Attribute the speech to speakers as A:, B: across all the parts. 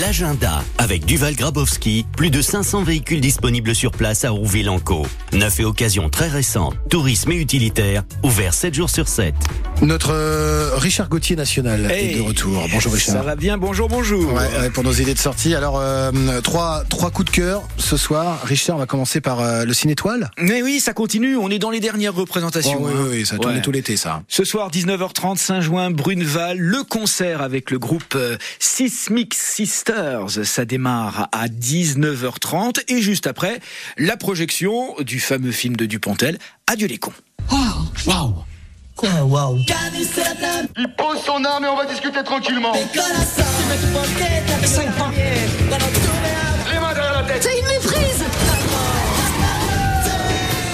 A: L'agenda avec Duval Grabowski, plus de 500 véhicules disponibles sur place à Rouville-en-Caux. Neuf et occasions très récentes, tourisme et utilitaire, ouvert 7 jours sur 7.
B: Notre euh, Richard Gauthier national
C: Hey.
B: est de retour. Bonjour
C: Ça
B: Richard.
C: va bien, bonjour, bonjour.
B: Ouais, ouais, pour nos idées de sortie. Alors euh, trois trois coups de cœur ce soir. Richard, on va commencer par euh, le ciné étoile.
C: Mais oui, ça continue, on est dans les dernières représentations.
B: Oh, oui,
C: hein.
B: oui, oui, ça tourne
C: Ouais.
B: tout l'été ça.
C: Ce soir, 19h30, Saint-Juin, Bruneval, le concert avec le groupe euh, Sismic Sisters. Ça démarre à 19h30 et juste après, la projection du fameux film de Dupontel, Adieu les cons.
D: Il pose son arme et on va discuter tranquillement. Les mains derrière la tête.
E: C'est une méprise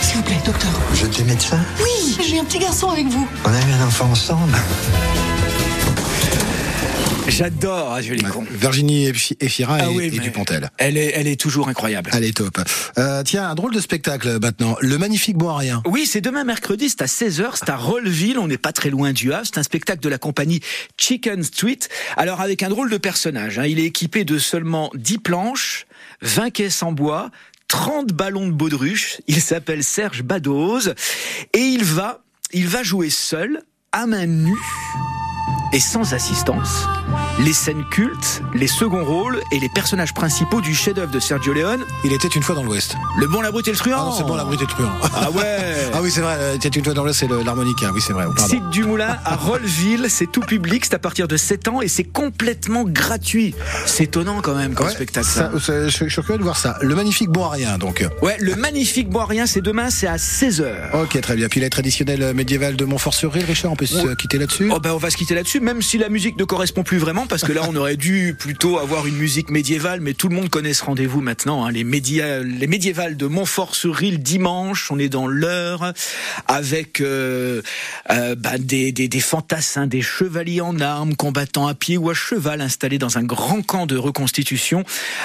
F: S'il vous plaît, docteur.
G: Vous êtes les médecins
F: Oui, j'ai un petit garçon avec vous.
G: On a eu un enfant ensemble
C: J'adore Adieu les cons.
B: Virginie Efi- Efira et,
C: Ah oui,
B: et
C: mais-
B: Dupontel.
C: Elle est, elle est toujours incroyable.
B: Allez top. Euh, tiens, un drôle de spectacle maintenant. Le magnifique bon à rien.
C: Oui, c'est demain mercredi, c'est à 16h, c'est à Rolleville, on n'est pas très loin du Havre, c'est un spectacle de la compagnie Chicken Street. Alors avec un drôle de personnage, hein. il est équipé de seulement 10 planches, 20 caisses en bois, 30 ballons de baudruche, il s'appelle Serge Badoz et il va il va jouer seul à main nue et sans assistance les scènes cultes, les seconds rôles et les personnages principaux du chef-d'œuvre de Sergio Leone,
B: Il était une fois dans l'Ouest.
C: Le bon la brute et le truand.
B: Ah non, c'est bon la brute et le truand.
C: Oh. Ah ouais.
B: Ah oui, c'est vrai, euh, il était une fois dans l'Ouest, c'est le- l'harmonica. Oui, c'est vrai. pardon.
C: Site du Moulin à Rolleville, c'est tout public, c'est à partir de 7 ans et c'est complètement gratuit. C'est étonnant quand même comme
B: Ouais,
C: spectacle.
B: ça-
C: ça.
B: ça- je, je suis curieux de voir ça. Le magnifique bon à rien, donc.
C: Ouais, le magnifique Boirien, c'est demain, c'est à 16h.
B: Ok, très bien. Puis la traditionnelle euh, médiévale de Montfort-sur-Rille, Richard, on peut se euh, quitter là-dessus
C: Oh ben on va se quitter là-dessus, même si la musique ne correspond plus vraiment, parce que là on aurait dû plutôt avoir une musique médiévale, mais tout le monde connaît ce rendez-vous maintenant. hein. Les, média- les médiévales de Montfort-sur-Île dimanche, on est dans l'heure, avec euh, euh, bah, des, des- des fantassins, des chevaliers en armes, combattant à pied ou à cheval, installés dans un grand camp de reconstitution,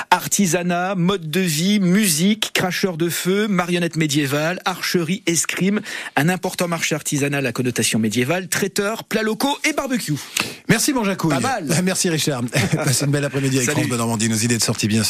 C: artisanat, mode de vie, musique, cracheurs de feu, marionnettes médiévales, archerie, escrime, un important marché artisanal à connotation médiévale, traiteurs, plats locaux et barbecue.
B: Merci, bon Jacouille.
C: Pas mal.
B: Merci, Richard. Passez une belle après-midi avec
C: Salut.
B: France Bleu Normandie. Nos idées de sortie, bien sûr.